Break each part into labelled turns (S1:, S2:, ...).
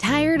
S1: Tired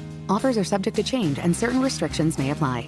S1: Offers are subject to change and certain restrictions may apply.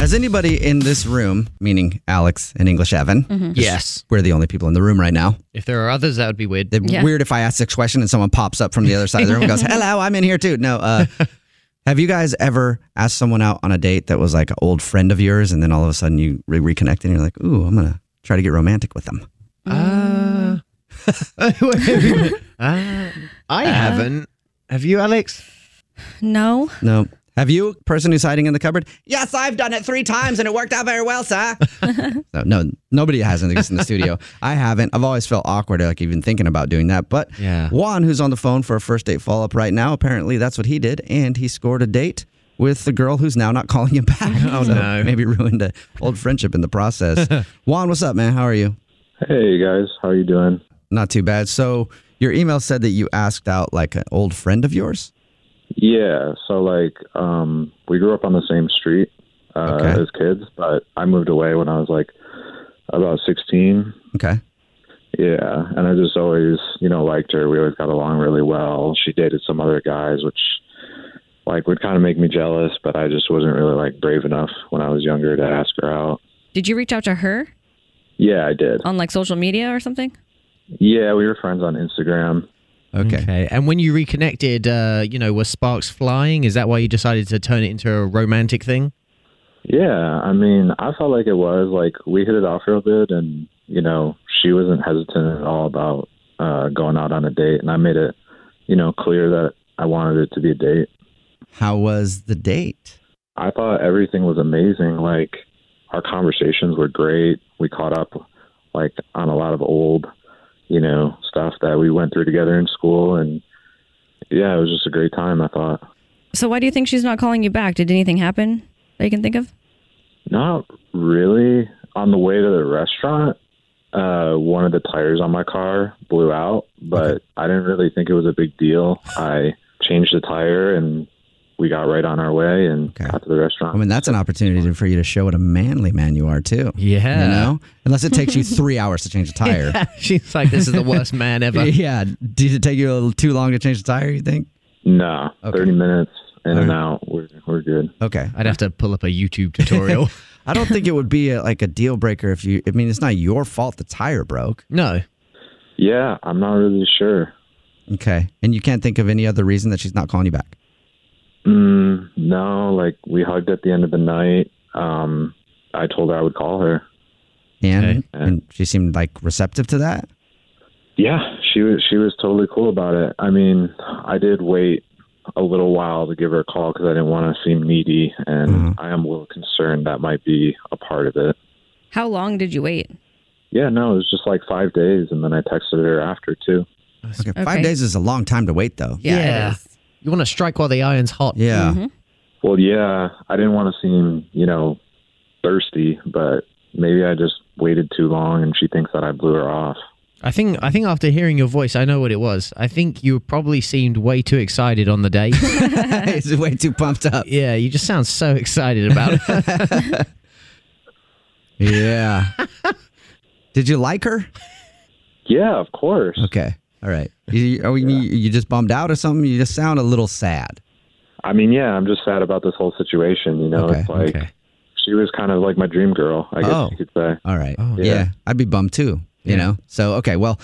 S2: Has anybody in this room, meaning Alex and English Evan,
S3: Mm-hmm. Yes.
S2: we're the only people in the room right now.
S3: If there are others, that would be weird.
S2: It'd be
S4: Yeah.
S2: weird if I ask this question and someone pops up from the other side of the room and goes, "Hello, I'm in here too." No. Uh, have you guys ever asked someone out on a date that was like an old friend of yours, and then all of a sudden you re- reconnect and you're like, "Ooh, I'm gonna try to get romantic with them."
S3: Uh, uh, I haven't. Have you, Alex?
S4: No.
S2: No. Have you, person who's hiding in the cupboard? Yes, I've done it three times and it worked out very well, sir. so, no, nobody has anything in the studio. I haven't. I've always felt awkward, like even thinking about doing that. But
S3: Yeah.
S2: Juan, who's on the phone for a first date follow up right now, apparently that's what he did. And he scored a date with the girl who's now not calling him back. Oh,
S3: no.
S2: Maybe ruined an old friendship in the process. Juan, what's up, man? How are you?
S5: Hey guys, how you doing?
S2: Not too bad. So, your email said that you asked out like an old friend of yours?
S5: Yeah, so like um we grew up on the same street uh
S2: Okay.
S5: as kids, but I moved away when I was like about 16.
S2: Okay.
S5: Yeah, and I just always, you know, liked her. We always got along really well. She dated some other guys which like would kind of make me jealous, but I just wasn't really like brave enough when I was younger to ask her out.
S4: Did you reach out to her
S5: Yeah, I did.
S4: on like social media or something?
S5: Yeah, we were friends on Instagram.
S2: Okay.
S3: And when you reconnected, uh, you know, were sparks flying? Is that why you decided to turn it into a romantic thing?
S5: Yeah, I mean, I felt like it was like we hit it off real good, and you know, she wasn't hesitant at all about uh, going out on a date, and I made it, you know, clear that I wanted it to be a date.
S2: How was the date?
S5: I thought everything was amazing. Like our conversations were great. We caught up like on a lot of old, you know, stuff that we went through together in school, and yeah, it was just a great time. I thought.
S4: So why do you think she's not calling you back? Did anything happen that you can think of?
S5: Not really. On the way to the restaurant, uh, one of the tires on my car blew out, but I didn't really think it was a big deal. I changed the tire and we got right on our way and
S2: Okay.
S5: got to the restaurant.
S2: I mean, that's an opportunity for you to show what a manly man you are, too.
S3: Yeah.
S2: You know? Unless it takes you three hours to change a tire.
S3: She's like, this is the worst man ever.
S2: yeah. Did it take you a little too long to change the tire, you think?
S5: no,
S2: Okay.
S5: 30 minutes in
S2: All
S5: and
S2: right.
S5: out. We're, we're good.
S2: Okay.
S3: I'd have to pull up a YouTube tutorial.
S2: I don't think it would be a, like a deal breaker if you, I mean, it's not your fault the tire broke.
S3: no.
S5: Yeah, I'm not really sure.
S2: Okay. And you can't think of any other reason that she's not calling you back.
S5: Mm, no, like we hugged at the end of the night. Um, I told her I would call her.
S2: And,
S3: Okay.
S2: and she seemed like receptive to that.
S5: Yeah, she was she was totally cool about it. I mean, I did wait a little while to give her a call because I didn't want to seem needy, and
S2: Mhm.
S5: I am a little concerned that might be a part of it.
S4: How long did you wait?
S5: Yeah, no, it was just like five days, and then I texted her after too.
S2: Okay,
S4: Okay.
S2: Five days is a long time to wait, though.
S3: Yeah.
S4: it is.
S3: You want to strike while the iron's hot.
S2: Yeah.
S5: Well, yeah, I didn't want to seem, you know, thirsty, but maybe I just waited too long, and she thinks that I blew her off.
S3: I think I think after hearing your voice, I know what it was. I think you probably seemed way too excited on the date.
S2: He's way too pumped up.
S3: yeah, you just sound so excited about it.
S2: Yeah. Did you like her?
S5: Yeah, of course.
S2: Okay. All right. You, are we- you, you just bummed out or something? You just sound a little sad.
S5: I mean, yeah, I'm just sad about this whole situation. You know,
S2: Okay,
S5: it's like
S2: okay.
S5: she was kind of like my dream girl, I guess
S2: Oh.
S5: you could say.
S2: All right.
S3: Oh,
S2: yeah.
S5: Yeah.
S2: I'd be bummed too, you know? So, okay. Well,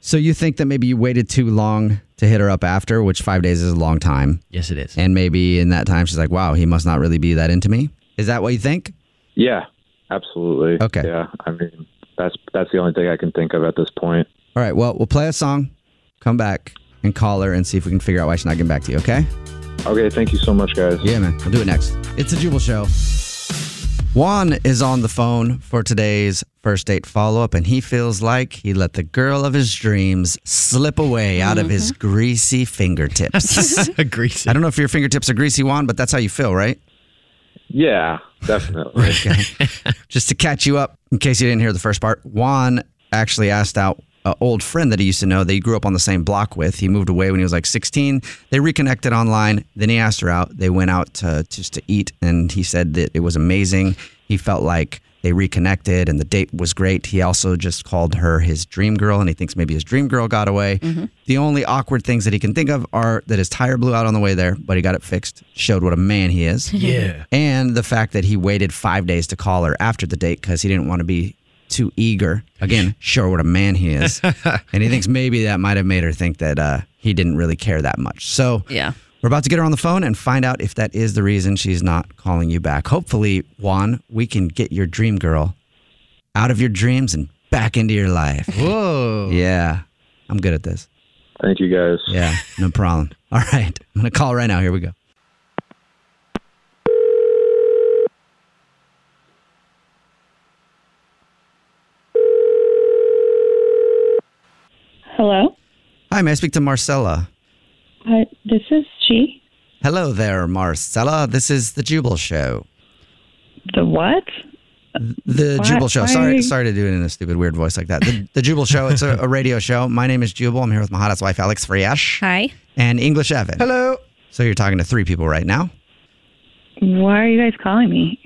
S2: so you think that maybe you waited too long to hit her up after, which five days is a long time.
S3: yes, it is.
S2: And maybe in that time, she's like, wow, he must not really be that into me. Is that what you think?
S5: Yeah, absolutely.
S2: Okay.
S5: Yeah, I mean, that's that's the only thing I can think of at this point.
S2: All right. Well, we'll play a song, come back and call her and see if we can figure out why she's not getting back to you. Okay.
S5: Okay, thank you so much, guys.
S2: Yeah, man. We'll do it next. It's a Jubal show. Juan is on the phone for today's first date follow up, and he feels like he let the girl of his dreams slip away out of his greasy fingertips.
S3: Agrees.
S2: I don't know if your fingertips are greasy, Juan, but that's how you feel, right?
S5: Yeah, definitely.
S2: Just to catch you up, in case you didn't hear the first part, Juan actually asked out an old friend that he used to know that he grew up on the same block with. He moved away when he was like 16. They reconnected online. Then he asked her out. They went out to, just to eat, and he said that it was amazing. He felt like they reconnected and the date was great. He also just called her his dream girl, and he thinks maybe his dream girl got away. The only awkward things that he can think of are that his tire blew out on the way there, but he got it fixed, showed what a man he is.
S3: Yeah.
S2: and the fact that he waited five days to call her after the date because he didn't want to be too eager. Again, sure what a man he is, and he thinks maybe that might have made her think that uh, he didn't really care that much. So
S4: Yeah.
S2: we're about to get her on the phone and find out if that is the reason she's not calling you back. Hopefully, Juan, we can get your dream girl out of your dreams and back into your life.
S3: Whoa.
S2: Yeah, I'm good at this.
S5: thank you, guys.
S2: Yeah, no problem. All right, I'm gonna call right now. Here we go.
S6: Hello.
S2: Hi, may I speak to Marcella?
S6: Hi, this is she.
S2: Hello there, Marcella. This is the Jubal Show.
S6: The what?
S2: The
S6: Why-
S2: Jubal Show.
S6: why are
S2: Sorry,
S6: you-
S2: sorry to do it in a stupid, weird voice like that. The, the Jubal Show. It's a, a radio show. My name is Jubal. I'm here with my hottest wife, Alex Friesch,
S4: Hi.
S2: and English Evan. Hello. So you're talking to three people right now.
S6: Why are you guys calling me?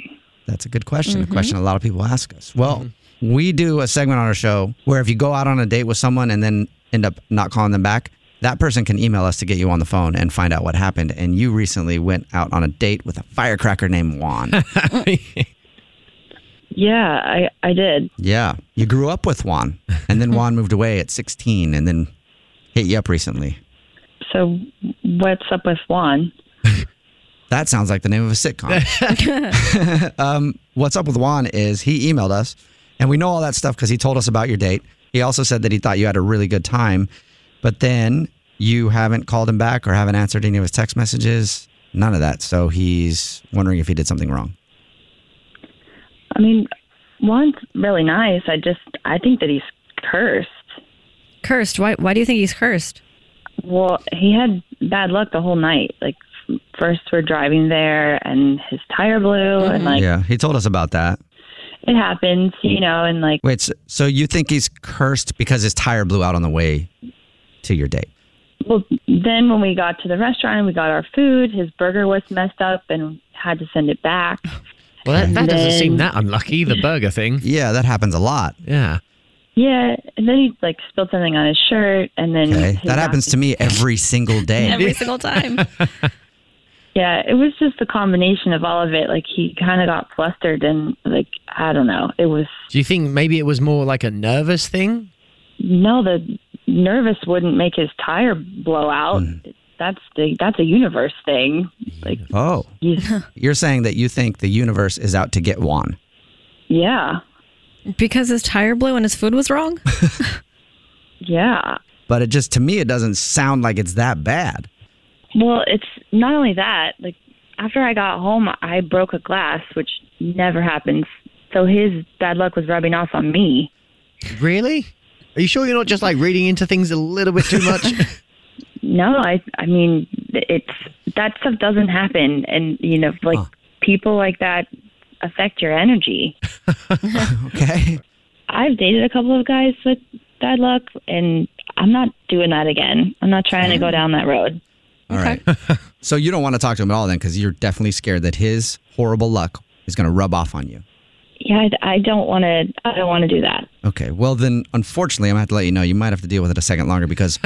S2: That's a good question. A question a lot of people ask us. Well, we do a segment on our show where if you go out on a date with someone and then end up not calling them back, that person can email us to get you on the phone and find out what happened. And you recently went out on a date with a firecracker named Juan.
S6: Yeah, I I did.
S2: Yeah. You grew up with Juan, and then Juan moved away at 16 and then hit you up recently.
S6: So what's up with Juan?
S2: That sounds like the name of a sitcom. um, what's up with Juan is he emailed us, and we know all that stuff because he told us about your date. He also said that he thought you had a really good time, but then you haven't called him back or haven't answered any of his text messages, none of that. So he's wondering if he did something wrong.
S6: I mean, Juan's really nice. I just I think that he's cursed.
S4: Cursed. Why? Why do you think he's cursed?
S6: Well, he had bad luck the whole night. Like f- first we're driving there and his tire blew and like
S2: Yeah, he told us about that.
S6: it happens, you know, and like
S2: Wait, so, so you think he's cursed because his tire blew out on the way to your date?
S6: well then when we got to the restaurant and we got our food, his burger was messed up and had to send it back.
S3: Well, that, that doesn't
S6: Then-
S3: seem that unlucky. The burger thing.
S2: Yeah, that happens a lot.
S3: Yeah.
S6: Yeah, and then he like spilled something on his shirt, and then
S2: Okay.
S6: he
S2: That happens
S6: knocked-
S2: to me every single day.
S4: Every single time.
S6: Yeah, it was just a combination of all of it. Like he kind of got flustered, and like I don't know, it was
S3: Do you think maybe it was more like a nervous thing?
S6: no, the nervous wouldn't make his tire blow out.
S2: Hmm.
S6: That's the that's a universe thing. Like
S2: Oh,
S6: he's,
S2: you're saying that you think the universe is out to get Juan.
S6: yeah,
S4: because his tire blew and his food was wrong.
S6: yeah.
S2: But it just, to me, it doesn't sound like it's that bad.
S6: Well, it's not only that, like after I got home, I broke a glass, which never happens. So his bad luck was rubbing off on me.
S3: Really? Are you sure you're not just like reading into things a little bit too much?
S6: No, I I mean it's that stuff doesn't happen and you know like people like that affect your energy.
S2: Okay.
S6: I've dated a couple of guys with bad luck and I'm not doing that again. I'm not trying to go down that road.
S2: All right. so you don't want to talk to him at all then because you're definitely scared that his horrible luck is going to rub off on you.
S6: Yeah, I, I don't want to I don't want to do that.
S2: Okay. Well, then, unfortunately, I'm going to have to let you know you might have to deal with it a second longer because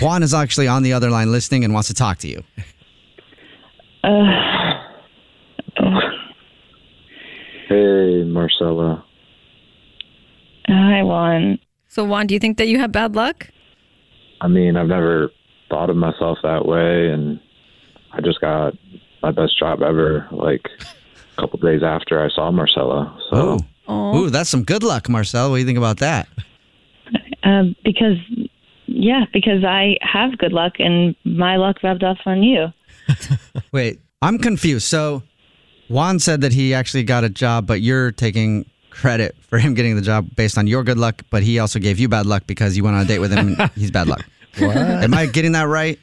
S2: Juan is actually on the other line listening and wants to talk to you.
S5: Hey, Marcella.
S6: I won.
S4: So Juan, do you think that you have bad luck?
S5: I mean, I've never thought of myself that way, and I just got my best job ever like a couple days after I saw Marcella. So
S2: Oh. Ooh, that's some good luck, Marcel. What do you think about that?
S6: Um, because yeah, because I have good luck and my luck rubbed off on you.
S2: Wait, I'm confused. So Juan said that he actually got a job, but you're taking credit for him getting the job based on your good luck, but he also gave you bad luck because you went on a date with him and he's bad luck. Am I getting that right?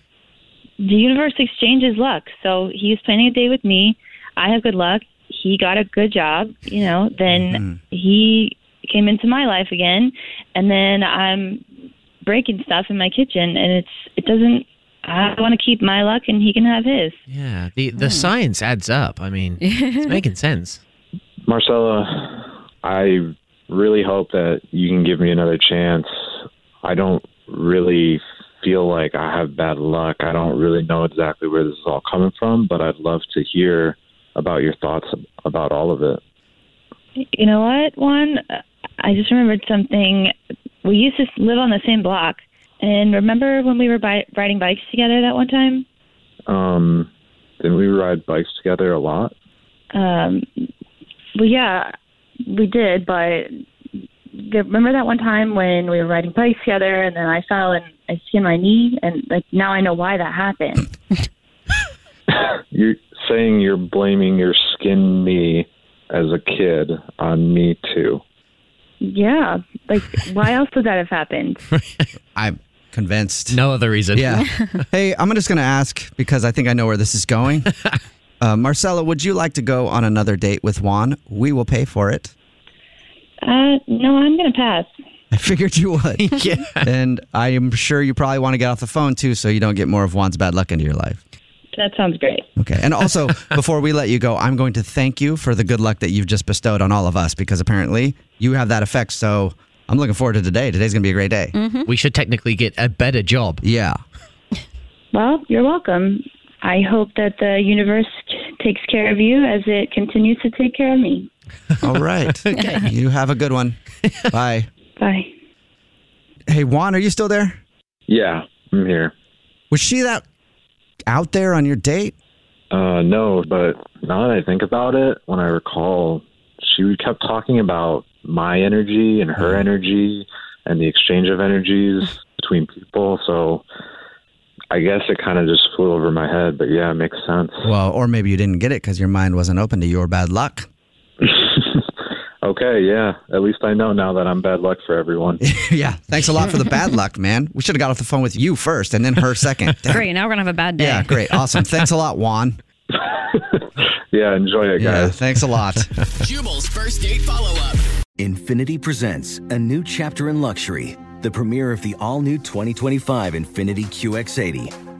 S6: The universe exchanges luck. So he was planning a day with me. I have good luck. He got a good job, you know, then he came into my life again and then I'm breaking stuff in my kitchen and it's it doesn't I want to keep my luck and he can have his.
S3: yeah. The the science adds up. I mean, it's making sense.
S5: Marcella, I really hope that you can give me another chance. I don't really feel like I have bad luck. I don't really know exactly where this is all coming from, but I'd love to hear about your thoughts about all of it.
S6: You know what, Juan? I just remembered something. We used to live on the same block. And remember when we were bi- riding bikes together that one time?
S5: Um, didn't we ride bikes together a lot?
S6: Um, well, yeah, we did. But the- remember that one time when we were riding bikes together and then I fell and I skinned my knee? And like now I know why that happened.
S5: You're saying you're blaming your skin knee as a kid on me too.
S6: yeah. Like, why else would that have happened?
S2: I'm convinced.
S3: No other reason.
S2: Yeah. hey, I'm just going to ask because I think I know where this is going. Uh, Marcella, would you like to go on another date with Juan? We will pay for it.
S6: Uh, no, I'm going to pass.
S2: I figured you would. yeah. And I am sure you probably want to get off the phone too so you don't get more of Juan's bad luck into your life.
S6: That sounds great.
S2: Okay. And also, before we let you go, I'm going to thank you for the good luck that you've just bestowed on all of us because apparently you have that effect. So I'm looking forward to today. Today's going to be a great day.
S4: Mm-hmm.
S3: We should technically get a better job.
S2: Yeah.
S6: Well, you're welcome. I hope that the universe takes care of you as it continues to take care of me.
S2: All right. You have a good one. Bye.
S6: Bye.
S2: Hey, Juan, are you still there?
S5: Yeah, I'm here.
S2: Was she that out there on your date?
S5: Uh, no, but now that I think about it, when I recall, she kept talking about my energy and her energy and the exchange of energies between people. So I guess it kind of just flew over my head, but yeah, it makes sense.
S2: Well, or maybe you didn't get it because your mind wasn't open to your bad luck.
S5: Okay, yeah. At least I know now that I'm bad luck for everyone.
S2: yeah. Thanks a lot for the bad luck, man. We should have got off the phone with you first and then her second. Damn.
S4: Great. Now we're gonna have a bad day.
S2: Yeah, great. Awesome. Thanks a lot, Juan.
S5: yeah, enjoy it,
S2: Yeah,
S5: guys.
S2: thanks a lot.
S7: Jubal's first date follow up.
S8: Infinity presents a new chapter in luxury, the premiere of the all new 2025 Infinity QX80,